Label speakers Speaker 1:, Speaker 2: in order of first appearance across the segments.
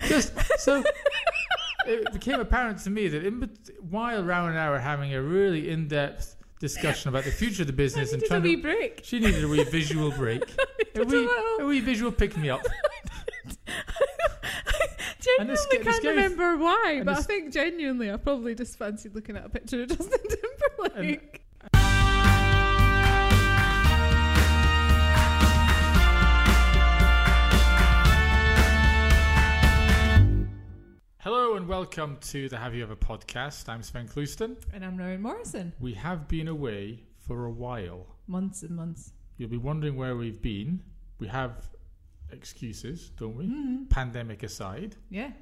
Speaker 1: Just so it became apparent to me that in, bet- while Rowan and I were having a really in depth discussion about the future of the
Speaker 2: I
Speaker 1: business and
Speaker 2: needed a
Speaker 1: trying
Speaker 2: wee
Speaker 1: to.
Speaker 2: break.
Speaker 1: She needed a wee visual break. a,
Speaker 2: needed a
Speaker 1: wee,
Speaker 2: little-
Speaker 1: a wee visual pick me up. And
Speaker 2: genuinely
Speaker 1: the sca- the
Speaker 2: can't
Speaker 1: scary-
Speaker 2: remember why,
Speaker 1: and
Speaker 2: but
Speaker 1: the
Speaker 2: I
Speaker 1: s-
Speaker 2: think genuinely I probably just fancied looking at a picture of Justin Timberlake.
Speaker 1: Hello and welcome to the Have You Ever podcast. I'm Sven Clouston.
Speaker 2: And, I'm Rowan Morrison.
Speaker 1: We have been away for a while.
Speaker 2: Months and months.
Speaker 1: You'll be wondering where we've been. We have excuses, don't
Speaker 2: Mm.
Speaker 1: we? Pandemic aside.
Speaker 2: Mm-hmm. Yeah.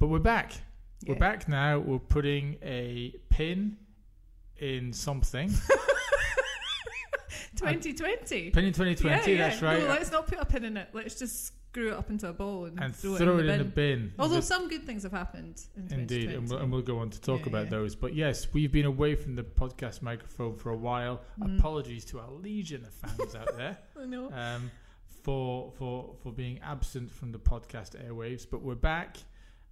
Speaker 1: But we're back. We're
Speaker 2: Yeah.
Speaker 1: back now. We're putting a pin in something.
Speaker 2: 2020.
Speaker 1: pin in 2020, that's right.
Speaker 2: No, let's not put a pin in it. Let's just screw it up into a ball and,
Speaker 1: and
Speaker 2: throw,
Speaker 1: throw,
Speaker 2: it in the bin.
Speaker 1: bin.
Speaker 2: Although
Speaker 1: This-
Speaker 2: some good things have happened in 2020.
Speaker 1: Indeed, and we'll, and we'll go on to talk
Speaker 2: Yeah,
Speaker 1: about
Speaker 2: yeah.
Speaker 1: those. But yes, we've been away from the podcast microphone for a while.
Speaker 2: Mm.
Speaker 1: Apologies to our legion of fans out there
Speaker 2: I know.
Speaker 1: um, for for for being absent from the podcast airwaves. But we're back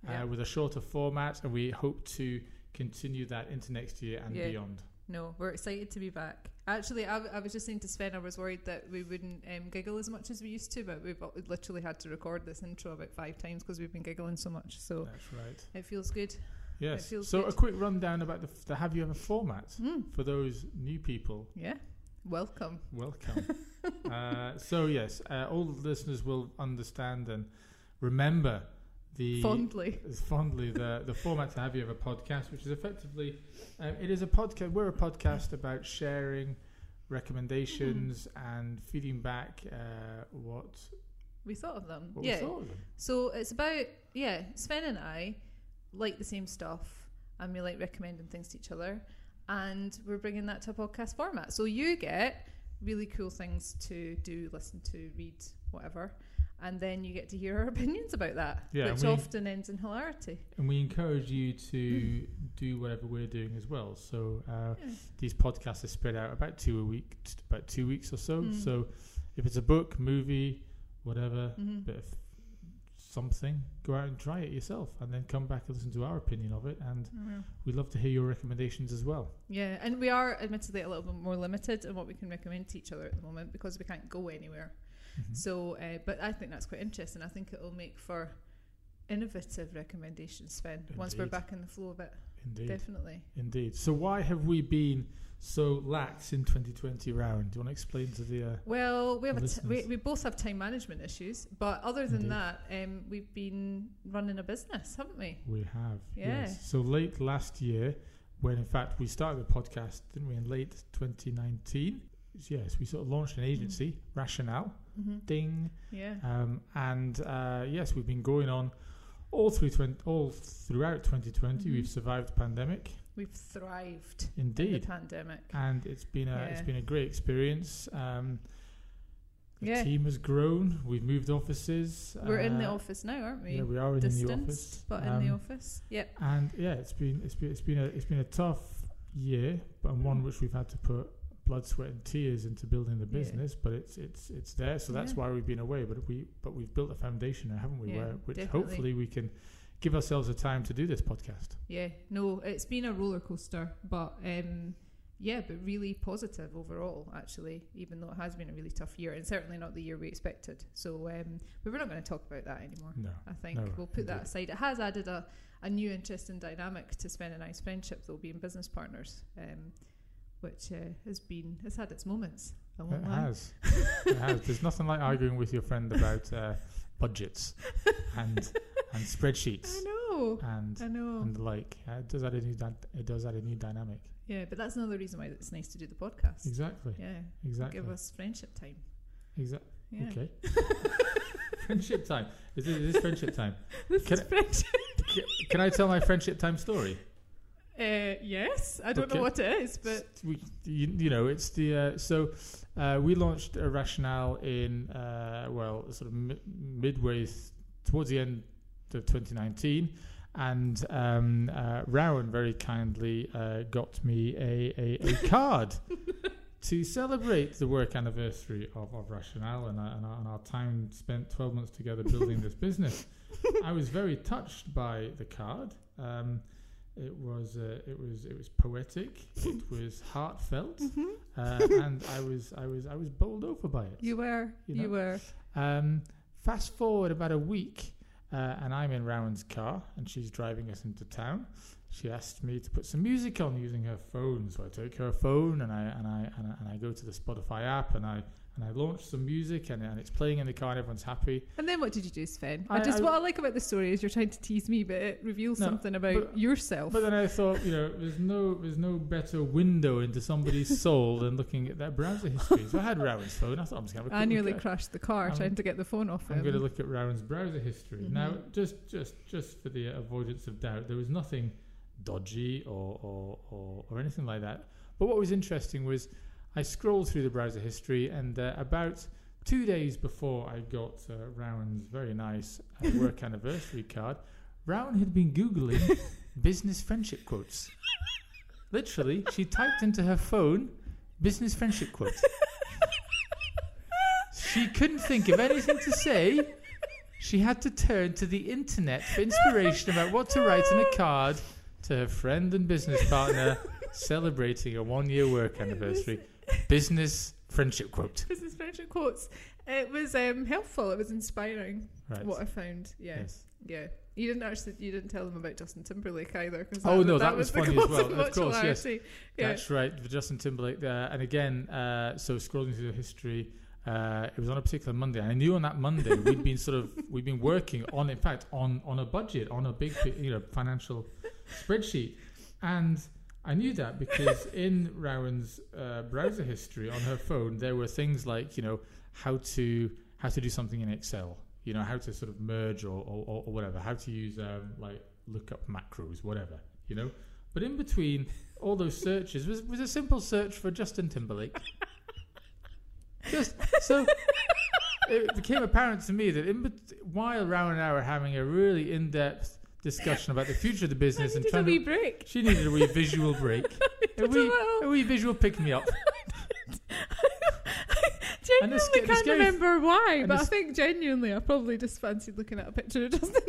Speaker 1: uh,
Speaker 2: Yeah.
Speaker 1: with a shorter format, and we hope to continue that into next year and
Speaker 2: Yeah.
Speaker 1: beyond.
Speaker 2: No, we're excited to be back. Actually, I, w- I was just saying to Sven, I was worried that we wouldn't um, giggle as much as we used to, but we've al- literally had to record this intro about five times because we've been giggling so much. So
Speaker 1: That's right.
Speaker 2: it feels good.
Speaker 1: Yes.
Speaker 2: feels
Speaker 1: So a
Speaker 2: good.
Speaker 1: quick rundown about the, f- the Have You Ever format
Speaker 2: Mm,
Speaker 1: for those new people.
Speaker 2: yeah. Welcome.
Speaker 1: Welcome. uh, so yes, uh, all the listeners will understand and remember the
Speaker 2: Fondly.
Speaker 1: is fondly the the format to have you have a podcast, which is effectively um, it is a podcast. We're a podcast about sharing recommendations
Speaker 2: Mm-hmm.
Speaker 1: and feeding back uh, what
Speaker 2: We thought of them.
Speaker 1: what we
Speaker 2: yeah.
Speaker 1: thought of them.
Speaker 2: So it's about yeah, Sven and I like the same stuff, and we like recommending things to each other, and we're bringing that to a podcast format. So you get really cool things to do, listen to, read, whatever, and then you get to hear our opinions about that,
Speaker 1: Yeah, and
Speaker 2: which
Speaker 1: we-
Speaker 2: often ends in hilarity.
Speaker 1: And we encourage you
Speaker 2: Mm.
Speaker 1: to do whatever we're doing as well. So uh,
Speaker 2: Yeah.
Speaker 1: these podcasts are spread out about two a week, t- about two weeks or so.
Speaker 2: Mm.
Speaker 1: So if it's a book, movie, whatever,
Speaker 2: Mhm.
Speaker 1: bit of something, go out and try it yourself, and then come back and listen to our opinion of it. And we'd love to hear your recommendations as well.
Speaker 2: Yeah, and we are admittedly a little bit more limited in what we can recommend to each other at the moment because we can't go anywhere.
Speaker 1: Mhm.
Speaker 2: So, uh, but I think that's quite interesting. I think it'll make for innovative recommendations, Sven, once we're
Speaker 1: Indeed.
Speaker 2: back in the flow of it.
Speaker 1: Indeed,
Speaker 2: Definitely.
Speaker 1: indeed. So why have we been so lax in 2020 round? Do you want to explain to the? Uh,
Speaker 2: Well, we have a t-
Speaker 1: Listeners.
Speaker 2: we, we both have time management issues, but other than
Speaker 1: Indeed.
Speaker 2: that, um, we've been running a business, haven't we?
Speaker 1: we have
Speaker 2: Yeah.
Speaker 1: yes. So late last year, when in fact we started the podcast, didn't we? In late 2019. Yes, we sort of launched an
Speaker 2: Mm.
Speaker 1: agency, Rationale.
Speaker 2: Mm-hmm.
Speaker 1: Ding.
Speaker 2: Yeah.
Speaker 1: Um, and uh, yes, we've been going on all through 20, all throughout 2020.
Speaker 2: Mhm.
Speaker 1: We've survived the pandemic,
Speaker 2: We've thrived in the
Speaker 1: indeed,
Speaker 2: pandemic.
Speaker 1: and it's been a it's
Speaker 2: Yeah.
Speaker 1: been a great experience. Um, the
Speaker 2: Yeah.
Speaker 1: team has grown. We've moved offices.
Speaker 2: We're in the
Speaker 1: uh,
Speaker 2: office now, aren't we?
Speaker 1: Yeah, we are in
Speaker 2: Distanced,
Speaker 1: the new office,
Speaker 2: but in
Speaker 1: um,
Speaker 2: the office. Yep.
Speaker 1: And yeah, it's been it's been it's been a it's been a tough year, but and one
Speaker 2: Mm.
Speaker 1: which we've had to put blood, sweat, and tears into building the
Speaker 2: Yeah.
Speaker 1: business. But it's it's it's there, so that's
Speaker 2: Yeah.
Speaker 1: why we've been away. But we but we've built a foundation now, haven't we?
Speaker 2: Yeah,
Speaker 1: where which
Speaker 2: definitely.
Speaker 1: hopefully we can give ourselves a time to do this podcast.
Speaker 2: Yeah. No, it's been a roller coaster, but um, yeah, but really positive overall, actually, even though it has been a really tough year and certainly not the year we expected. So, um, but we're not going to talk about that anymore.
Speaker 1: No,
Speaker 2: I think
Speaker 1: No,
Speaker 2: we'll put that
Speaker 1: indeed.
Speaker 2: aside. It has added a, a new interesting dynamic to Sven and I's friendship, though, being business partners, um, which uh, has been has had its moments. I won't
Speaker 1: it
Speaker 2: lie.
Speaker 1: has. it has. There's nothing like arguing with your friend about uh, budgets and and
Speaker 2: I
Speaker 1: spreadsheets
Speaker 2: know.
Speaker 1: and
Speaker 2: I know.
Speaker 1: and the like. Uh, it does add a new dy- it does add a new dynamic.
Speaker 2: Yeah, but that's another reason why it's nice to do the podcast.
Speaker 1: Exactly.
Speaker 2: Yeah,
Speaker 1: Exactly.
Speaker 2: give us friendship time.
Speaker 1: Exactly.
Speaker 2: Yeah,
Speaker 1: Okay. friendship time. Is this, is this friendship time?
Speaker 2: this
Speaker 1: Can
Speaker 2: is friendship.
Speaker 1: Ca- Can I tell my friendship time story?
Speaker 2: Uh, yes, I don't
Speaker 1: Okay.
Speaker 2: know what it is, but
Speaker 1: we, you, you know, it's the uh, so uh, we launched a rationale in uh, well, sort of mi- midway th- towards the end of 2019, and um, uh, Rowan very kindly uh, got me a a, a card to celebrate the work anniversary of, of Rationale and, our- and, our, and our time spent 12 months together building this business, I was very touched by the card. Um, it was uh, it was it was poetic. It was heartfelt, uh, and I was I was I was bowled over by it.
Speaker 2: You were,
Speaker 1: You
Speaker 2: you,
Speaker 1: know.
Speaker 2: were.
Speaker 1: Um, fast forward about a week, uh, and I'm in Rowan's car, and she's driving us into town. She asked me to put some music on using her phone, so I take her phone and I and I and I, and I go to the Spotify app and I and I launch some music and, and it's playing in the car and everyone's happy.
Speaker 2: And then what did you do, Sven?
Speaker 1: I-
Speaker 2: I, just
Speaker 1: I-
Speaker 2: what I like about the story is you're trying to tease me, but it reveals
Speaker 1: No,
Speaker 2: something about
Speaker 1: but-
Speaker 2: yourself.
Speaker 1: But then I thought, you know, there's no there's no better window into somebody's soul than looking at their browser history. So I had Rowan's phone. I thought I'm just gonna have a
Speaker 2: I
Speaker 1: quick
Speaker 2: nearly
Speaker 1: look at-
Speaker 2: crashed the car
Speaker 1: I'm-
Speaker 2: trying to get the phone off
Speaker 1: I'm
Speaker 2: him.
Speaker 1: going to look at Rowan's browser history now.
Speaker 2: Mhm.
Speaker 1: Just, just, just for the avoidance of doubt, there was nothing dodgy or or, or, or anything like that. But what was interesting was I scrolled through the browser history, and uh, about two days before I got uh, Rowan's very nice uh, work anniversary card, Rowan had been googling business friendship quotes. Literally, she typed into her phone business friendship quote. She couldn't think of anything to say. She had to turn to the internet for inspiration about what to write in a card to her friend and business partner celebrating a one year work anniversary. Business friendship quote.
Speaker 2: Business friendship quotes. It was um, helpful. It was inspiring.
Speaker 1: Right.
Speaker 2: What I found. Yeah,
Speaker 1: Yes.
Speaker 2: yeah. You didn't actually. You didn't tell them about Justin Timberlake either. 'cause
Speaker 1: Oh, no, that was
Speaker 2: the
Speaker 1: funny as
Speaker 2: cause
Speaker 1: well.
Speaker 2: Of
Speaker 1: Of
Speaker 2: much
Speaker 1: course, yes.
Speaker 2: hilarity. Yeah.
Speaker 1: That's right, for Justin Timberlake there. And again, uh, so scrolling through the history, uh, it was on a particular Monday. And I knew on that Monday we'd been sort of we'd been working on, in fact, on on a budget, on a big pi- you know financial spreadsheet, and. I knew that because in Rowan's uh, browser history on her phone, there were things like you know how to how to do something in Excel, you know how to sort of merge or or, or- or whatever, how to use um, like lookup macros, whatever, you know. But in between all those searches was was a simple search for Justin Timberlake. Just so it became apparent to me that in bet- while Rowan and I were having a really in depth discussion about the future of the
Speaker 2: I
Speaker 1: business and
Speaker 2: needed a
Speaker 1: trying to
Speaker 2: wee break.
Speaker 1: she needed a wee visual break. a,
Speaker 2: Did a
Speaker 1: wee, a
Speaker 2: little.
Speaker 1: wee visual pick me up. And the
Speaker 2: genuinely
Speaker 1: sca- the
Speaker 2: can't
Speaker 1: scary-
Speaker 2: remember why,
Speaker 1: and
Speaker 2: but
Speaker 1: the
Speaker 2: I
Speaker 1: s-
Speaker 2: think genuinely I probably just fancied looking at a picture of Justin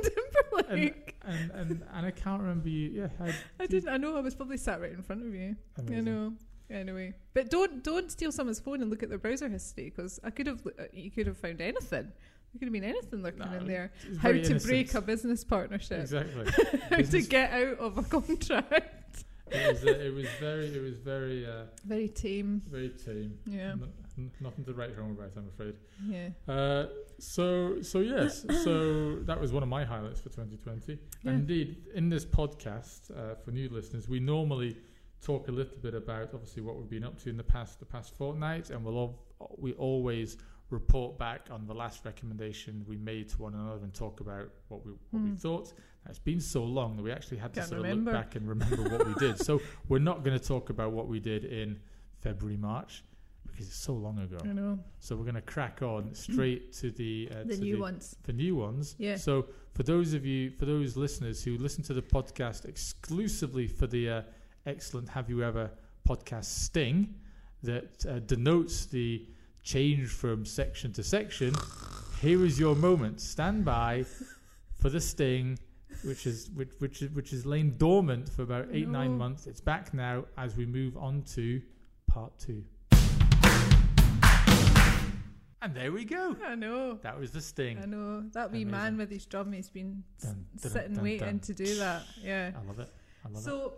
Speaker 1: And,
Speaker 2: Timberlake.
Speaker 1: and, and, and I can't remember you. Yeah, I,
Speaker 2: I didn't. I know I was probably sat right in front of you. I
Speaker 1: amazing.
Speaker 2: know. Anyway, but don't don't steal someone's phone and look at their browser history because I could have uh, you could have found anything. There could have been anything lurking
Speaker 1: No,
Speaker 2: in there.
Speaker 1: It's
Speaker 2: How to
Speaker 1: very innocent.
Speaker 2: break a business partnership.
Speaker 1: Exactly.
Speaker 2: How to
Speaker 1: Business-
Speaker 2: get out of a contract.
Speaker 1: it, was, uh, it was very, it was very, uh,
Speaker 2: Very tame.
Speaker 1: very tame.
Speaker 2: Yeah.
Speaker 1: No- n- nothing to write home about, I'm afraid.
Speaker 2: Yeah.
Speaker 1: Uh, so, so yes, so that was one of my highlights for 2020.
Speaker 2: Yeah.
Speaker 1: And indeed, in this podcast uh, for new listeners, we normally talk a little bit about obviously what we've been up to in the past the past fortnight, and we'll all, we always report back on the last recommendation we made to one another and talk about what we what we
Speaker 2: Hmm.
Speaker 1: thought. Now, it's been so long that we actually had to
Speaker 2: Can't
Speaker 1: sort
Speaker 2: remember.
Speaker 1: of look back and remember what we did. So we're not going to talk about what we did in February March because it's so long ago.
Speaker 2: I know.
Speaker 1: So we're going to crack on straight to the uh,
Speaker 2: The
Speaker 1: to
Speaker 2: new ones.
Speaker 1: the new ones.
Speaker 2: Yeah.
Speaker 1: So for those of you, for those listeners who listen to the podcast exclusively for the uh, excellent "Have You Ever" podcast sting that uh, denotes the change from section to section, here is your moment. Stand by for the sting. Which is which which is which is lain dormant for about eight nine
Speaker 2: No.
Speaker 1: months. It's back now as we move on to part two. And there we go.
Speaker 2: I know.
Speaker 1: That was the sting.
Speaker 2: I know. That wee man
Speaker 1: Amazing.
Speaker 2: with his drum, he's been s-
Speaker 1: Dun, dun,
Speaker 2: sitting
Speaker 1: dun,
Speaker 2: waiting
Speaker 1: dun.
Speaker 2: to do that. Yeah.
Speaker 1: I love it. I love it.
Speaker 2: So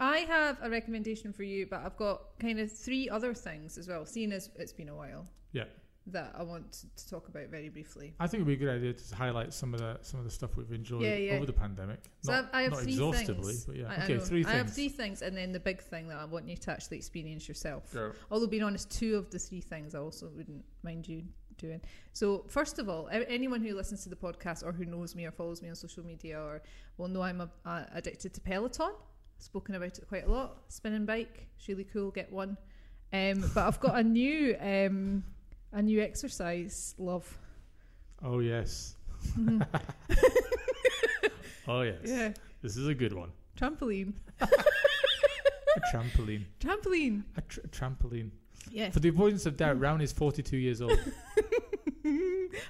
Speaker 2: I have a recommendation for you, but I've got kind of three other things as well, seeing as it's been a while.
Speaker 1: Yeah.
Speaker 2: That I want to- to talk about very briefly.
Speaker 1: I think it'd be a good idea to highlight some of the some of the stuff we've enjoyed
Speaker 2: Yeah, yeah.
Speaker 1: over the pandemic.
Speaker 2: So
Speaker 1: not
Speaker 2: I I have
Speaker 1: not
Speaker 2: three
Speaker 1: exhaustively,
Speaker 2: things.
Speaker 1: but yeah.
Speaker 2: I- I
Speaker 1: okay,
Speaker 2: know.
Speaker 1: three
Speaker 2: I have
Speaker 1: things.
Speaker 2: three things, and then the big thing that I want you to actually experience yourself.
Speaker 1: Go.
Speaker 2: Although, being honest, two of the three things I also wouldn't mind you doing. So, first of all, a- anyone who listens to the podcast or who knows me or follows me on social media or will know I'm a, a, addicted to Peloton. Spoken about it quite a lot. Spinning bike, it's really cool. Get one. Um, but I've got a new um, a new exercise love.
Speaker 1: Oh yes. oh yes.
Speaker 2: Yeah,
Speaker 1: This is a good one.
Speaker 2: trampoline,
Speaker 1: A trampoline.
Speaker 2: trampoline.
Speaker 1: A, tr- a trampoline.
Speaker 2: Yeah.
Speaker 1: For the avoidance of doubt, Rowan is 42 years old.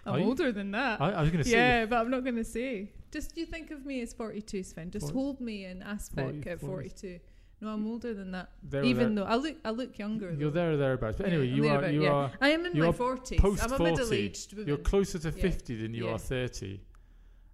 Speaker 2: I'm
Speaker 1: Are you?
Speaker 2: older than that.
Speaker 1: I, I was going to say,
Speaker 2: yeah, but I'm not going to say. Just you think of me as 42, Sven. Just
Speaker 1: Forty-
Speaker 2: hold me in aspect
Speaker 1: forty-
Speaker 2: at
Speaker 1: forty-
Speaker 2: 42. No, I'm older than that.
Speaker 1: there or
Speaker 2: Even
Speaker 1: there-
Speaker 2: though I look, I look younger.
Speaker 1: you're
Speaker 2: though.
Speaker 1: there or thereabouts. But anyway,
Speaker 2: Yeah, I'm
Speaker 1: you are
Speaker 2: thereabout,
Speaker 1: you
Speaker 2: yeah.
Speaker 1: are
Speaker 2: I am in
Speaker 1: you
Speaker 2: my
Speaker 1: are
Speaker 2: forties.
Speaker 1: post
Speaker 2: I'm a
Speaker 1: 40.
Speaker 2: middle-aged woman.
Speaker 1: you're closer to
Speaker 2: Yeah.
Speaker 1: 50 than you
Speaker 2: Yeah.
Speaker 1: are 30,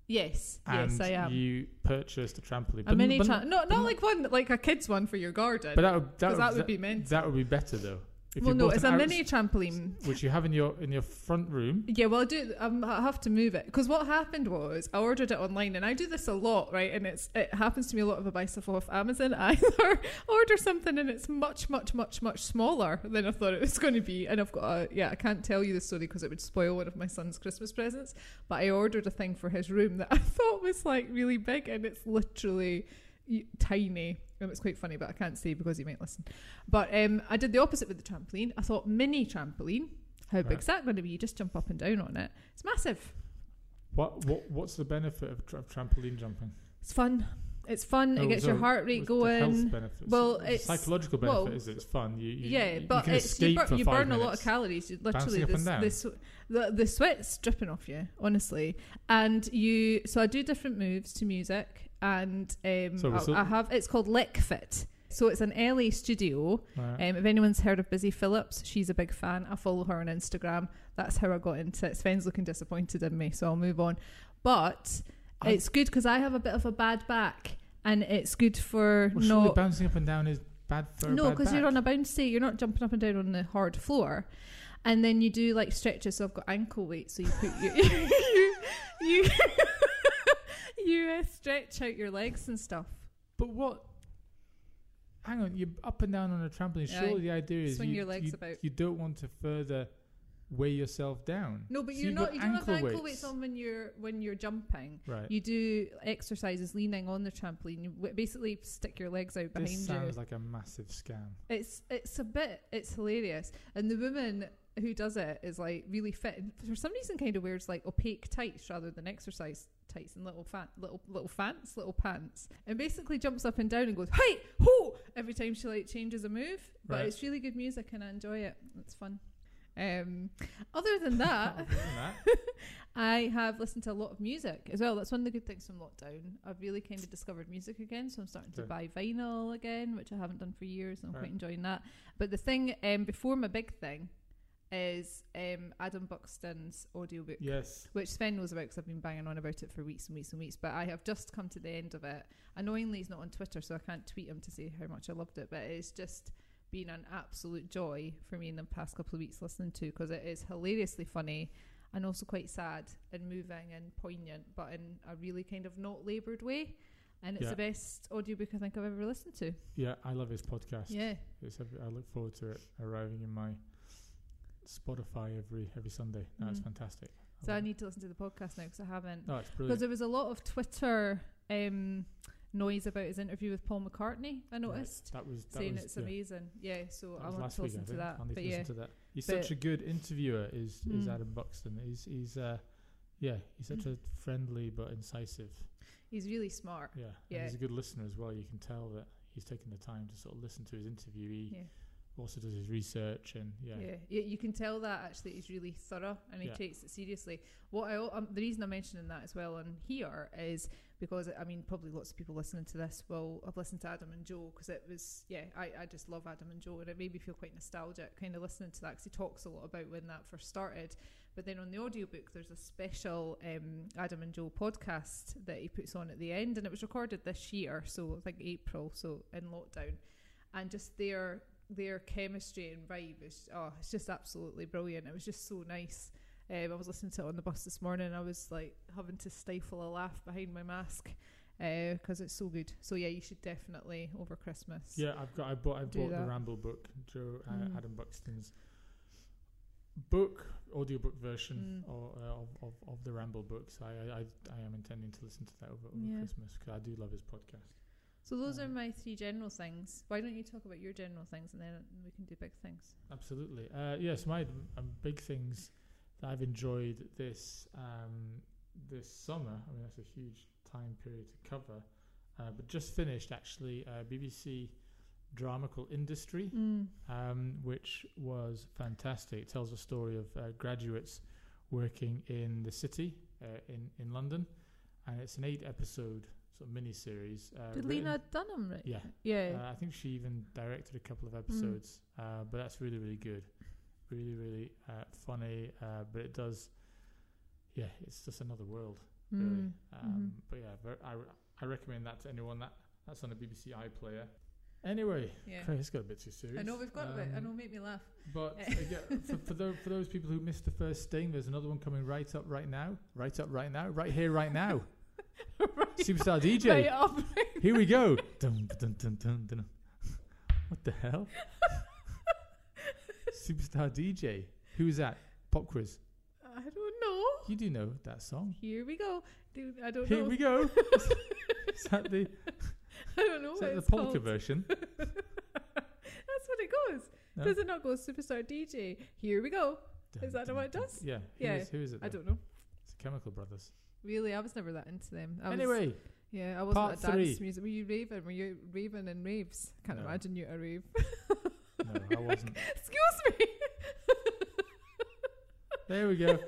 Speaker 2: yes,
Speaker 1: and
Speaker 2: yes, I am.
Speaker 1: you purchased a trampoline.
Speaker 2: a mini
Speaker 1: but,
Speaker 2: tram. No, not
Speaker 1: but-
Speaker 2: like one, like a kid's one for your garden.
Speaker 1: but that would that,
Speaker 2: because
Speaker 1: would,
Speaker 2: that would
Speaker 1: that,
Speaker 2: be meant.
Speaker 1: that would be better though. If
Speaker 2: well,
Speaker 1: you
Speaker 2: no,
Speaker 1: bought
Speaker 2: it's a
Speaker 1: an outs-
Speaker 2: mini trampoline.
Speaker 1: which you have in your in your front room.
Speaker 2: Yeah, well, I do. Um, I have to move it because what happened was I ordered it online, and I do this a lot, right? And it's it happens to me a lot of a bicycle off Amazon. I either order something and it's much, much, much, much smaller than I thought it was going to be, and I've got a yeah. I can't tell you the story because it would spoil one of my son's Christmas presents. But I ordered a thing for his room that I thought was like really big, and it's literally y- tiny. And it's quite funny, but I can't say because he might listen. But um, I did the opposite with the trampoline. I thought mini trampoline. How
Speaker 1: Right.
Speaker 2: big's that going to be? You just jump up and down on it. It's massive.
Speaker 1: What what what's the benefit of, tra- of trampoline jumping?
Speaker 2: It's fun. It's fun.
Speaker 1: Oh,
Speaker 2: it gets your
Speaker 1: so
Speaker 2: heart rate
Speaker 1: What's the health
Speaker 2: going.
Speaker 1: benefits?
Speaker 2: well,
Speaker 1: The
Speaker 2: it's-
Speaker 1: psychological benefit
Speaker 2: well,
Speaker 1: is it's fun. You, you
Speaker 2: yeah,
Speaker 1: you
Speaker 2: but
Speaker 1: can
Speaker 2: it's, you,
Speaker 1: escape
Speaker 2: bur-
Speaker 1: for
Speaker 2: you
Speaker 1: five
Speaker 2: burn a lot
Speaker 1: minutes.
Speaker 2: of calories. You literally
Speaker 1: Bouncing up
Speaker 2: the,
Speaker 1: and down.
Speaker 2: the, sw- the the sweat's dripping off you, honestly. And you, so I do different moves to music, and um,
Speaker 1: So
Speaker 2: I'll-
Speaker 1: whistle-
Speaker 2: I have it's called Lick Fit. So it's an LA studio.
Speaker 1: Right.
Speaker 2: Um, if anyone's heard of Busy Phillips, she's a big fan. I follow her on Instagram. That's how I got into it. Sven's looking disappointed in me, so I'll move on. But
Speaker 1: I-
Speaker 2: it's good because I have a bit of a bad back, and it's good for
Speaker 1: well, surely
Speaker 2: not
Speaker 1: bouncing up and down is bad for
Speaker 2: no
Speaker 1: because
Speaker 2: because you're on a bouncy. You're not jumping up and down on the hard floor. And then you do like stretches. So I've got ankle weight, so you put you you you, you uh, stretch out your legs and stuff.
Speaker 1: But what? Hang on, you're up and down on a trampoline.
Speaker 2: Aye.
Speaker 1: Surely the idea is
Speaker 2: Swing
Speaker 1: you,
Speaker 2: your legs
Speaker 1: you,
Speaker 2: about.
Speaker 1: you don't want to further weigh yourself down.
Speaker 2: No, but
Speaker 1: So
Speaker 2: you're
Speaker 1: you've
Speaker 2: not.
Speaker 1: got
Speaker 2: You don't have ankle weights.
Speaker 1: weights.
Speaker 2: on when you're when you're jumping.
Speaker 1: Right.
Speaker 2: You do exercises leaning on the trampoline. You w- basically stick your legs out behind
Speaker 1: this
Speaker 2: you.
Speaker 1: sounds like a massive scam.
Speaker 2: it's it's a bit it's hilarious. And the woman who does it is like really fit. And for some reason, kind of wears like opaque tights rather than exercise tights and little fan little little fans little pants. And basically jumps up and down and goes hey ho every time she like changes a move. But
Speaker 1: Right.
Speaker 2: it's really good music and I enjoy it. It's fun. Um, other than that.
Speaker 1: Other than that,
Speaker 2: I have listened to a lot of music as well. That's one of the good things from lockdown. I've really kind of discovered music again, so I'm starting to
Speaker 1: Okay.
Speaker 2: buy vinyl again, which I haven't done for years, and I'm
Speaker 1: Right.
Speaker 2: quite enjoying that. But the thing um, before my big thing is um, Adam Buxton's audiobook,
Speaker 1: yes.
Speaker 2: which Sven knows about because I've been banging on about it for weeks and weeks and weeks. But I have just come to the end of it. Annoyingly, he's not on Twitter, so I can't tweet him to say how much I loved it. But it's just been an absolute joy for me in the past couple of weeks listening to because it is hilariously funny and also quite sad and moving and poignant, but in a really kind of not laboured way. And it's
Speaker 1: Yeah.
Speaker 2: the best audiobook I think I've ever listened to.
Speaker 1: Yeah, I love his podcast.
Speaker 2: Yeah.
Speaker 1: It's every, I look forward to it arriving in my Spotify every every Sunday. That's
Speaker 2: Mm.
Speaker 1: fantastic.
Speaker 2: So I
Speaker 1: love it.
Speaker 2: need to listen to the podcast now because I haven't.
Speaker 1: Oh, it's
Speaker 2: Because
Speaker 1: brilliant.
Speaker 2: there was a lot of Twitter um, noise about his interview with Paul McCartney, I
Speaker 1: Right,
Speaker 2: noticed,
Speaker 1: That was that
Speaker 2: saying
Speaker 1: was,
Speaker 2: it's
Speaker 1: yeah.
Speaker 2: amazing. Yeah, so
Speaker 1: That
Speaker 2: I
Speaker 1: was
Speaker 2: want
Speaker 1: last
Speaker 2: to
Speaker 1: week,
Speaker 2: listen
Speaker 1: I
Speaker 2: to
Speaker 1: think.
Speaker 2: that.
Speaker 1: I need
Speaker 2: But
Speaker 1: to
Speaker 2: yeah.
Speaker 1: listen to that. He's
Speaker 2: But-
Speaker 1: such a good interviewer. Is is
Speaker 2: Mm.
Speaker 1: Adam Buxton? He's he's uh, yeah. He's such a friendly but incisive.
Speaker 2: He's really smart.
Speaker 1: Yeah,
Speaker 2: Yeah.
Speaker 1: And he's a good listener as well. You can tell that he's taken the time to sort of listen to his interview. He
Speaker 2: Yeah.
Speaker 1: also does his research and yeah.
Speaker 2: Yeah. yeah, you can tell that actually he's really thorough and he
Speaker 1: Yeah.
Speaker 2: takes it seriously. What I al- um, the reason I'm mentioning that as well on here is because I mean probably lots of people listening to this will have listened to Adam and Joe because it was yeah I, I just love Adam and Joe and it made me feel quite nostalgic kind of listening to that because he talks a lot about when that first started. But then on the audiobook, there's a special um, Adam and Joe podcast that he puts on at the end, and it was recorded this year, so I think April, so in lockdown, and just their their chemistry and vibe is oh, it's just absolutely brilliant. It was just so nice. Um, I was listening to it on the bus this morning. and I was like having to stifle a laugh behind my mask because it's so good. So yeah, you should definitely over Christmas.
Speaker 1: Yeah, I've got. I bought. I
Speaker 2: Do
Speaker 1: bought the
Speaker 2: that.
Speaker 1: Ramble book, Joe uh,
Speaker 2: Mm.
Speaker 1: Adam Buxton's book, audiobook version
Speaker 2: Mm.
Speaker 1: or, uh, of, of of the Ramble books. I, I I I am intending to listen to that over, over
Speaker 2: Yeah.
Speaker 1: Christmas because I do love his podcast.
Speaker 2: So those are
Speaker 1: Um,
Speaker 2: my three general things. Why don't you talk about your general things and then we can do big things.
Speaker 1: Absolutely. Uh, yes, my um, big things that I've enjoyed this um, this summer. I mean, that's a huge time period to cover. Uh, but just finished actually. Uh, BBC Dramatical Industry,
Speaker 2: Mm.
Speaker 1: um, which was fantastic. It tells a story of uh, graduates working in the city uh, in in London, and it's an eight-episode sort of mini-series. Uh,
Speaker 2: Did
Speaker 1: written-
Speaker 2: Lena Dunham write?
Speaker 1: Yeah,
Speaker 2: Yeah.
Speaker 1: uh, I think she even directed a couple of
Speaker 2: Mm-hmm.
Speaker 1: episodes, uh, but that's really, really good. Really, really uh, funny, uh, but it does, yeah, it's just another world, really.
Speaker 2: Mm.
Speaker 1: Um, But yeah, ver- I, re- I recommend that to anyone. That That's on a BBC iPlayer. Anyway,
Speaker 2: Yeah.
Speaker 1: Craig, it's got a bit too serious.
Speaker 2: I know we've got
Speaker 1: Um,
Speaker 2: it. I know, make me laugh.
Speaker 1: But
Speaker 2: Eh.
Speaker 1: again, for, for, those, for those people who missed the first sting, there's another one coming right up right now. Right up right now. Right here, right now.
Speaker 2: right,
Speaker 1: Superstar DJ.
Speaker 2: right up.
Speaker 1: Here we go. dun, dun, dun, dun, dun. What the hell? Superstar DJ. Who's that? Pop quiz.
Speaker 2: I don't know.
Speaker 1: You do know that song.
Speaker 2: Here we go. Dude, I don't
Speaker 1: Here
Speaker 2: know.
Speaker 1: we go. is that the,
Speaker 2: I don't know
Speaker 1: is
Speaker 2: what
Speaker 1: that the
Speaker 2: it's
Speaker 1: polka
Speaker 2: called.
Speaker 1: version?
Speaker 2: That's what it goes.
Speaker 1: No?
Speaker 2: Does it not go superstar DJ? Here we go. Is that what it does?
Speaker 1: Yeah.
Speaker 2: Yeah.
Speaker 1: Who is, who is it?
Speaker 2: I
Speaker 1: though?
Speaker 2: don't know.
Speaker 1: It's the Chemical Brothers.
Speaker 2: Really, I was never that into them. I was,
Speaker 1: anyway,
Speaker 2: yeah, I wasn't
Speaker 1: part
Speaker 2: a
Speaker 1: three.
Speaker 2: dance music. Were you raving? Were you raving and raves? Can't
Speaker 1: No.
Speaker 2: imagine you at a rave.
Speaker 1: no, I wasn't.
Speaker 2: Excuse me.
Speaker 1: There we go.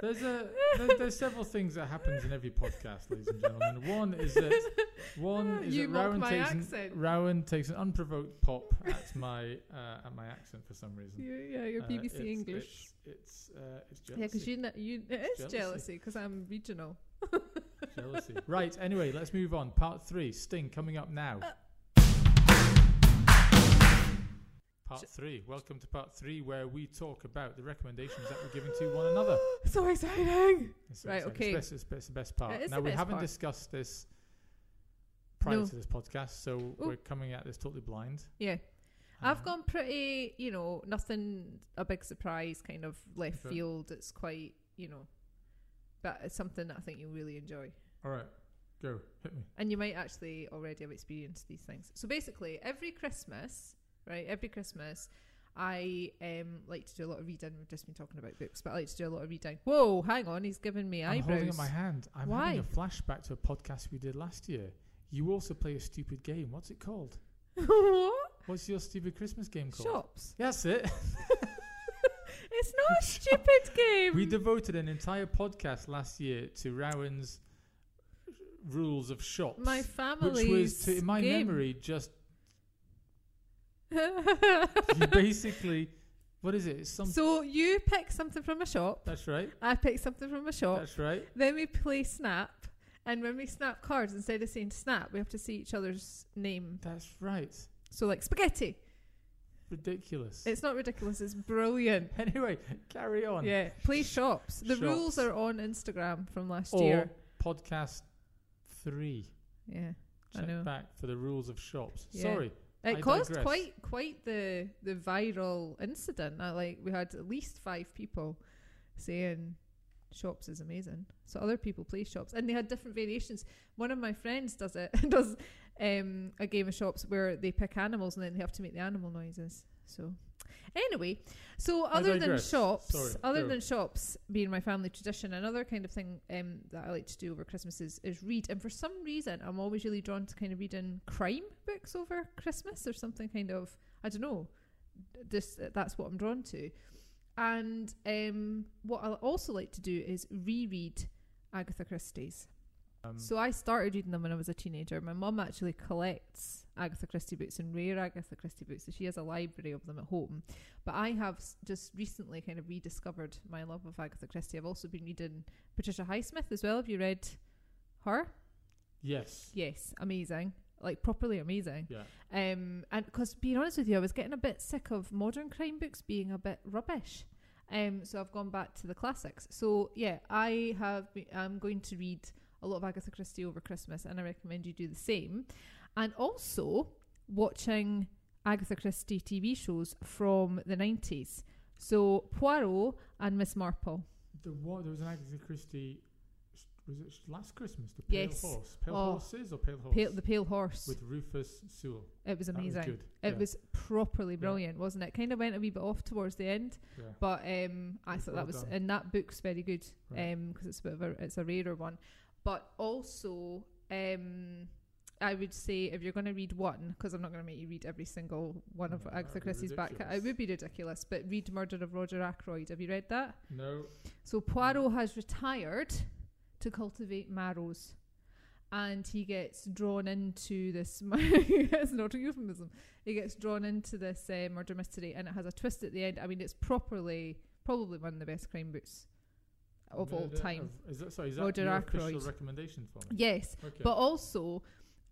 Speaker 1: There's a there's, there's several things that happens in every podcast, ladies and gentlemen. One is that one is
Speaker 2: Ah, You
Speaker 1: that
Speaker 2: mock
Speaker 1: Rowan
Speaker 2: my
Speaker 1: takes
Speaker 2: accent.
Speaker 1: An, Rowan takes an unprovoked pop at my uh, at my accent for some reason.
Speaker 2: You- yeah, your
Speaker 1: Uh,
Speaker 2: BBC
Speaker 1: it's-
Speaker 2: English.
Speaker 1: It's it's, uh, it's
Speaker 2: Yeah, because
Speaker 1: jealousy.
Speaker 2: you, kn- you it is
Speaker 1: jealousy.
Speaker 2: jealousy because I'm regional.
Speaker 1: jealousy. Right. Anyway, let's move on. Part three. Sting coming up now.
Speaker 2: Uh.
Speaker 1: Part three. Welcome to part three, where we talk about the recommendations that we're giving to one another.
Speaker 2: so exciting.
Speaker 1: It's
Speaker 2: Right,
Speaker 1: exciting.
Speaker 2: okay.
Speaker 1: It's, best- it's, best- the best part.
Speaker 2: It is
Speaker 1: now
Speaker 2: the
Speaker 1: we
Speaker 2: best
Speaker 1: haven't
Speaker 2: part.
Speaker 1: discussed this prior
Speaker 2: No.
Speaker 1: to this podcast, so we're coming at this totally blind.
Speaker 2: Yeah. I've
Speaker 1: Um,
Speaker 2: gone pretty, you know, nothing a big surprise kind of left
Speaker 1: Okay.
Speaker 2: field. It's quite, you know, but it's something that I think you'll really enjoy.
Speaker 1: All right, go hit me.
Speaker 2: And you might actually already have experienced these things. So basically, every Christmas, right? Every Christmas, I um, like to do a lot of reading. We've just been talking about books, but I like to do a lot of reading. Whoa, hang on, he's giving me
Speaker 1: I'm
Speaker 2: eyebrows.
Speaker 1: holding up my hand. I'm
Speaker 2: Why?
Speaker 1: having a flashback to a podcast we did last year. You also play a stupid game. What's it called?
Speaker 2: what?
Speaker 1: What's your stupid Christmas game called?
Speaker 2: Shops.
Speaker 1: That's it.
Speaker 2: It's not a stupid game.
Speaker 1: we devoted an entire podcast last year to Rowan's rules of shops,
Speaker 2: my
Speaker 1: which
Speaker 2: family's
Speaker 1: was, to, in my
Speaker 2: game.
Speaker 1: memory, just you
Speaker 2: memory.
Speaker 1: basically what is it? It's some
Speaker 2: so you pick something from a shop.
Speaker 1: That's right.
Speaker 2: I pick something from a shop.
Speaker 1: That's right.
Speaker 2: Then we play snap, and when we snap cards, instead of saying snap, we have to say each other's name.
Speaker 1: That's right.
Speaker 2: So like spaghetti.
Speaker 1: Ridiculous.
Speaker 2: It's not ridiculous. It's brilliant.
Speaker 1: anyway, carry on.
Speaker 2: Yeah, play shops. The
Speaker 1: Shops.
Speaker 2: rules are on Instagram from last
Speaker 1: Or
Speaker 2: year.
Speaker 1: podcast three.
Speaker 2: Yeah, I
Speaker 1: Check
Speaker 2: know.
Speaker 1: back for the rules of shops.
Speaker 2: Yeah.
Speaker 1: Sorry.
Speaker 2: It
Speaker 1: I
Speaker 2: caused
Speaker 1: digress.
Speaker 2: quite quite the the viral incident. I, like we had at least five people saying shops is amazing. So other people play shops, and they had different variations. One of my friends does it does um, a game of shops where they pick animals and then they have to make the animal noises. So anyway, so
Speaker 1: I
Speaker 2: other than
Speaker 1: digress.
Speaker 2: shops,
Speaker 1: Sorry,
Speaker 2: other
Speaker 1: go.
Speaker 2: than shops being my family tradition, another kind of thing um, that I like to do over Christmas is, is read. And for some reason, I'm always really drawn to kind of reading crime books over Christmas or something kind of I don't know. This that's what I'm drawn to. And um, what I also like to do is reread Agatha Christie's.
Speaker 1: Um,
Speaker 2: So I started reading them when I was a teenager. My mum actually collects Agatha Christie books and rare Agatha Christie books, so she has a library of them at home. But I have s- just recently kind of rediscovered my love of Agatha Christie. I've also been reading Patricia Highsmith as well. Have you read her?
Speaker 1: yes.
Speaker 2: Yes, amazing. Like properly amazing.
Speaker 1: Yeah.
Speaker 2: Um, and because being honest with you, I was getting a bit sick of modern crime books being a bit rubbish. Um, so I've gone back to the classics. So yeah, I have. Be- I'm going to read a lot of Agatha Christie over Christmas, and I recommend you do the same. And also watching Agatha Christie TV shows from the 90s. So Poirot and Miss Marple.
Speaker 1: The what? There was an Agatha Christie. Was it last Christmas? The Pale
Speaker 2: Pale Yes.
Speaker 1: Horse.
Speaker 2: Horse?
Speaker 1: Pale
Speaker 2: Pale Oh.
Speaker 1: Horses or Pale Horse?
Speaker 2: Pale, the Pale Horse.
Speaker 1: With Rufus Sewell.
Speaker 2: it was amazing.
Speaker 1: That was good.
Speaker 2: It
Speaker 1: yeah.
Speaker 2: was properly brilliant, wasn't it? Kind of went a wee bit off towards the end,
Speaker 1: Yeah.
Speaker 2: but um, I thought
Speaker 1: Well
Speaker 2: that was
Speaker 1: done.
Speaker 2: and that book's very good because
Speaker 1: Right.
Speaker 2: it's a bit of a it's a rarer one, but also um, I would say if you're going to read one, because I'm not going to make you read every single one of
Speaker 1: No, Mm, that
Speaker 2: Agatha
Speaker 1: would be
Speaker 2: Christie's back. ca-
Speaker 1: ridiculous.
Speaker 2: It would be ridiculous, but read Murder of Roger Ackroyd. Have you read that?
Speaker 1: No.
Speaker 2: So Poirot has retired to cultivate marrows, and he gets drawn into this. it's not a euphemism. He gets drawn into this uh, murder mystery, and it has a twist at the end. I mean, it's properly probably one of the best crime books of
Speaker 1: No,
Speaker 2: all
Speaker 1: no,
Speaker 2: time.
Speaker 1: of- Is that, sorry, is that
Speaker 2: Roger
Speaker 1: your
Speaker 2: Ackroyd.
Speaker 1: official recommendation for me?
Speaker 2: Yes,
Speaker 1: Okay.
Speaker 2: but also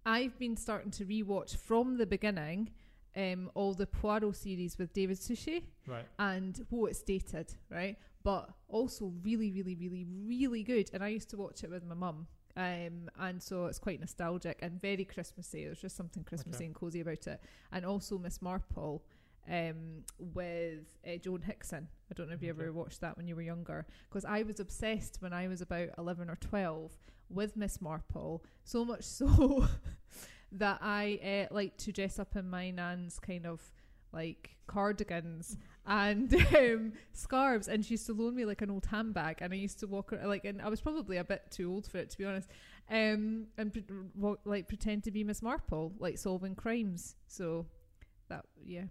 Speaker 2: I've been starting to rewatch from the beginning um, all the Poirot series with David Suchet
Speaker 1: right.
Speaker 2: and whoa, it's dated, right? But also really, really, really, really good. And I used to watch it with my mum. Um, and so it's quite nostalgic and very Christmassy. There's just something Christmassy
Speaker 1: Okay.
Speaker 2: and cozy about it. And also Miss Marple um, with uh, Joan Hickson. I don't know if you ever
Speaker 1: Okay.
Speaker 2: watched that when you were younger, because I was obsessed when I was about 11 or 12 with Miss Marple, so much so that I uh, like to dress up in my nan's kind of like cardigans and um, scarves and she used to loan me like an old handbag and I used to walk ar- like and I was probably a bit too old for it to be honest um and pre- walk, like pretend to be Miss Marple like solving crimes so that yeah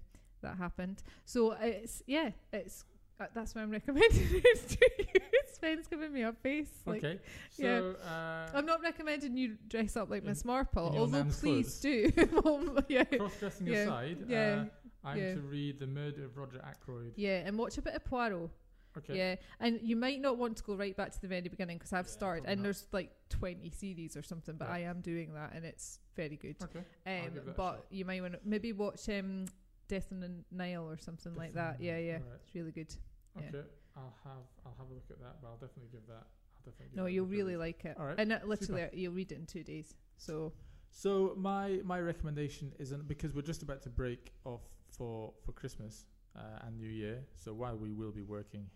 Speaker 2: that happened so it's yeah it's uh, that's why I'm recommending it to you Sven's giving me a face like
Speaker 1: okay.
Speaker 2: yeah.
Speaker 1: So, uh,
Speaker 2: I'm not recommending you dress up like
Speaker 1: In-
Speaker 2: Miss Marple,
Speaker 1: in your
Speaker 2: although
Speaker 1: nan's
Speaker 2: please do. Well, yeah,
Speaker 1: cross-dressing
Speaker 2: yeah,
Speaker 1: aside,
Speaker 2: yeah,
Speaker 1: uh, I'm
Speaker 2: yeah.
Speaker 1: to read The Murder of Roger Ackroyd.
Speaker 2: yeah, and watch a bit of Poirot.
Speaker 1: Okay.
Speaker 2: Yeah, and you might not want to go right back to the very beginning because I've
Speaker 1: Yeah,
Speaker 2: started,
Speaker 1: probably
Speaker 2: and
Speaker 1: not.
Speaker 2: there's like 20 series or something, but
Speaker 1: Yeah.
Speaker 2: I am doing that, and it's very good.
Speaker 1: Okay. I'll give
Speaker 2: Um,
Speaker 1: that a
Speaker 2: but you might want to maybe watch um, Death on the Nile or something like
Speaker 1: Death on
Speaker 2: that.
Speaker 1: the
Speaker 2: Yeah,
Speaker 1: Nile,
Speaker 2: yeah,
Speaker 1: alright.
Speaker 2: it's really good. Yeah.
Speaker 1: Okay. I'll have I'll have a look at that, but I'll definitely give that. I'll definitely give
Speaker 2: No,
Speaker 1: that a
Speaker 2: you'll
Speaker 1: good
Speaker 2: really
Speaker 1: read.
Speaker 2: like it,
Speaker 1: Alright,
Speaker 2: and it, literally uh, you'll read it in two days. So
Speaker 1: So my my recommendation isn't because we're just about to break off for for Christmas uh, and New Year. So while we will be working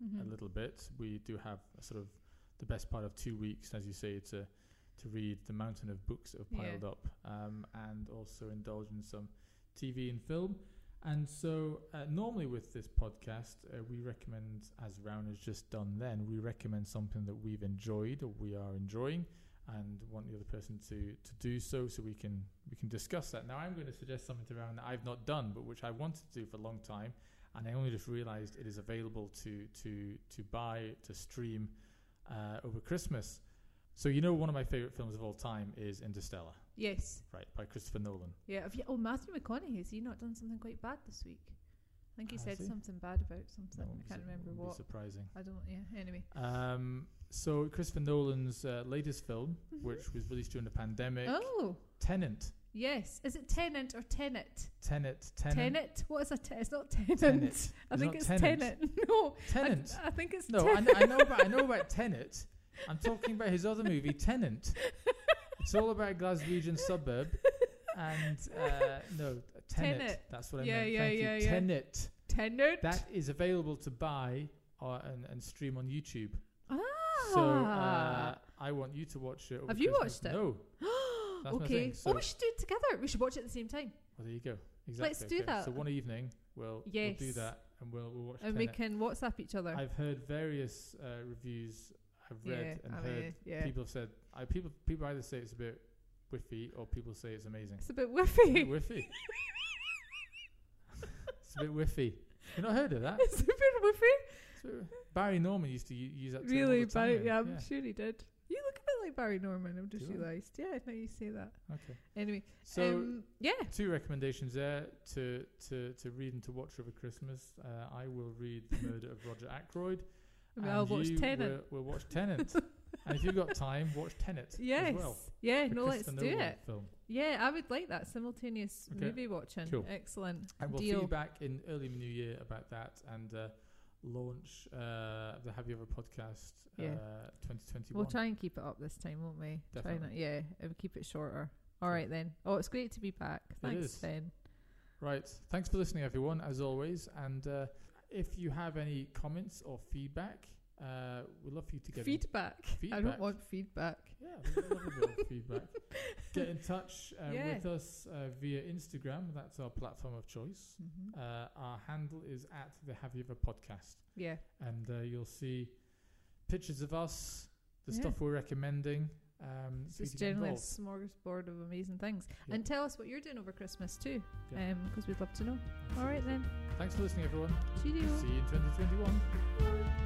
Speaker 1: a
Speaker 2: mhm.
Speaker 1: little bit, we do have a sort of the best part of two weeks, as you say, to to read the mountain of books that have
Speaker 2: Yeah.
Speaker 1: piled up, um, and also indulge in some TV and film. And so uh, normally with this podcast, uh, we recommend, as Round has just done, then we recommend something that we've enjoyed or we are enjoying. And want the other person to to do so, so we can we can discuss that. Now, I'm going to suggest something to Round that I've not done, but which I wanted to do for a long time, and I only just realised it is available to to to buy to stream uh, over Christmas. So you know, one of my favorite films of all time is Interstellar,
Speaker 2: yes,
Speaker 1: right, by Christopher Nolan.
Speaker 2: yeah. Have you, oh, Matthew McConaughey has he not done something quite bad this week? I think he
Speaker 1: Has
Speaker 2: said
Speaker 1: he?
Speaker 2: something bad about something.
Speaker 1: That won't be
Speaker 2: I can't
Speaker 1: su-
Speaker 2: remember
Speaker 1: won't be
Speaker 2: what.
Speaker 1: surprising.
Speaker 2: I don't. Yeah. Anyway.
Speaker 1: Um, so Christopher Nolan's uh, latest film, which was released during the pandemic,
Speaker 2: Mm-hmm. Oh.
Speaker 1: Tenant.
Speaker 2: Yes. Is it tenant or tenant?
Speaker 1: Tenet, Tenet,
Speaker 2: Tenant. What is a te- It's not tenant.
Speaker 1: Tenet.
Speaker 2: I
Speaker 1: It's
Speaker 2: think
Speaker 1: not
Speaker 2: it's
Speaker 1: tenant.
Speaker 2: tenant. No.
Speaker 1: Tenant.
Speaker 2: I, I think it's
Speaker 1: No, I,
Speaker 2: ten-
Speaker 1: kn- I know about I know about Tenet. I'm talking about his other movie, Tenant. It's all about Glaswegian suburb, and uh, no, Tenet.
Speaker 2: Tenet.
Speaker 1: That's what I
Speaker 2: Yeah,
Speaker 1: meant.
Speaker 2: yeah,
Speaker 1: Thank
Speaker 2: yeah,
Speaker 1: you.
Speaker 2: yeah.
Speaker 1: Tenet.
Speaker 2: tenant.
Speaker 1: That is available to buy uh, and, and stream on YouTube.
Speaker 2: ah.
Speaker 1: So uh, I want you to watch it. over
Speaker 2: Have you
Speaker 1: Christmas.
Speaker 2: watched it?
Speaker 1: No. That's my
Speaker 2: okay.
Speaker 1: thing. So,
Speaker 2: oh, we should do it together. We should watch it at the same time,
Speaker 1: well, there you go. Exactly.
Speaker 2: Let's do
Speaker 1: okay.
Speaker 2: that.
Speaker 1: So one evening, we'll,
Speaker 2: Yes.
Speaker 1: we'll do that and we'll, we'll watch
Speaker 2: and we
Speaker 1: Tenet.
Speaker 2: can WhatsApp each other.
Speaker 1: I've heard various uh, reviews. I've read
Speaker 2: yeah.
Speaker 1: and
Speaker 2: I
Speaker 1: heard
Speaker 2: mean, yeah.
Speaker 1: people have said I, people people either say it's a bit whiffy or people say it's amazing.
Speaker 2: It's a bit
Speaker 1: It's a bit
Speaker 2: whiffy.
Speaker 1: whiffy. it's a bit whiffy. You not heard of that?
Speaker 2: it's a bit whiffy.
Speaker 1: It's a bit- Barry Norman used to u- use that. term all
Speaker 2: Really,
Speaker 1: the time.
Speaker 2: Barry. Yeah, I'm sure he did. You look a bit like Barry Norman. I've just
Speaker 1: Do I?
Speaker 2: realised. Yeah. Now you say that.
Speaker 1: Okay.
Speaker 2: Anyway.
Speaker 1: So
Speaker 2: um, yeah.
Speaker 1: two recommendations there to to to read and to watch over Christmas. Uh, I will read The Murder of Roger Ackroyd.
Speaker 2: I mean, I'll
Speaker 1: and
Speaker 2: watch
Speaker 1: you
Speaker 2: Tenant.
Speaker 1: Will, will watch Tenant. and if you've got time, watch Tenant
Speaker 2: Yes.
Speaker 1: as well.
Speaker 2: Yeah.
Speaker 1: the
Speaker 2: No, let's
Speaker 1: Christopher
Speaker 2: do
Speaker 1: Nolan
Speaker 2: it.
Speaker 1: Film.
Speaker 2: Yeah, I would like that simultaneous
Speaker 1: Okay.
Speaker 2: movie watching.
Speaker 1: Cool.
Speaker 2: Excellent.
Speaker 1: And we'll
Speaker 2: Deal.
Speaker 1: feedback in early new year about that and uh, launch uh, the Have You Ever podcast
Speaker 2: Yeah.
Speaker 1: uh, 2021.
Speaker 2: We'll try and keep it up this time, won't we? Try not,
Speaker 1: Definitely.
Speaker 2: yeah, and we keep it shorter. All right then. Oh, it's great to be back. Thanks,
Speaker 1: is.
Speaker 2: Sven.
Speaker 1: Right. Thanks for listening, everyone, as always. And uh, if you have any comments or feedback, uh, we'd love for you to get in.
Speaker 2: Feedback. I
Speaker 1: Feedback.
Speaker 2: don't want feedback.
Speaker 1: Yeah, we love a bit of feedback. Get in touch uh,
Speaker 2: Yeah.
Speaker 1: with us uh, via Instagram. That's our platform of choice.
Speaker 2: Mhm.
Speaker 1: Uh, our handle is at the Have You Ever podcast.
Speaker 2: yeah.
Speaker 1: and uh, you'll see pictures of us, the
Speaker 2: Yeah.
Speaker 1: stuff we're recommending, um,
Speaker 2: It's
Speaker 1: for you
Speaker 2: just
Speaker 1: to get
Speaker 2: generally a
Speaker 1: involved.
Speaker 2: smorgasbord of amazing things.
Speaker 1: Yeah.
Speaker 2: And tell us what you're doing over Christmas too, um, because
Speaker 1: Yeah.
Speaker 2: we'd love to know. All right then.
Speaker 1: Thanks for listening, everyone.
Speaker 2: Cheerio.
Speaker 1: See you in 2021.
Speaker 2: Bye.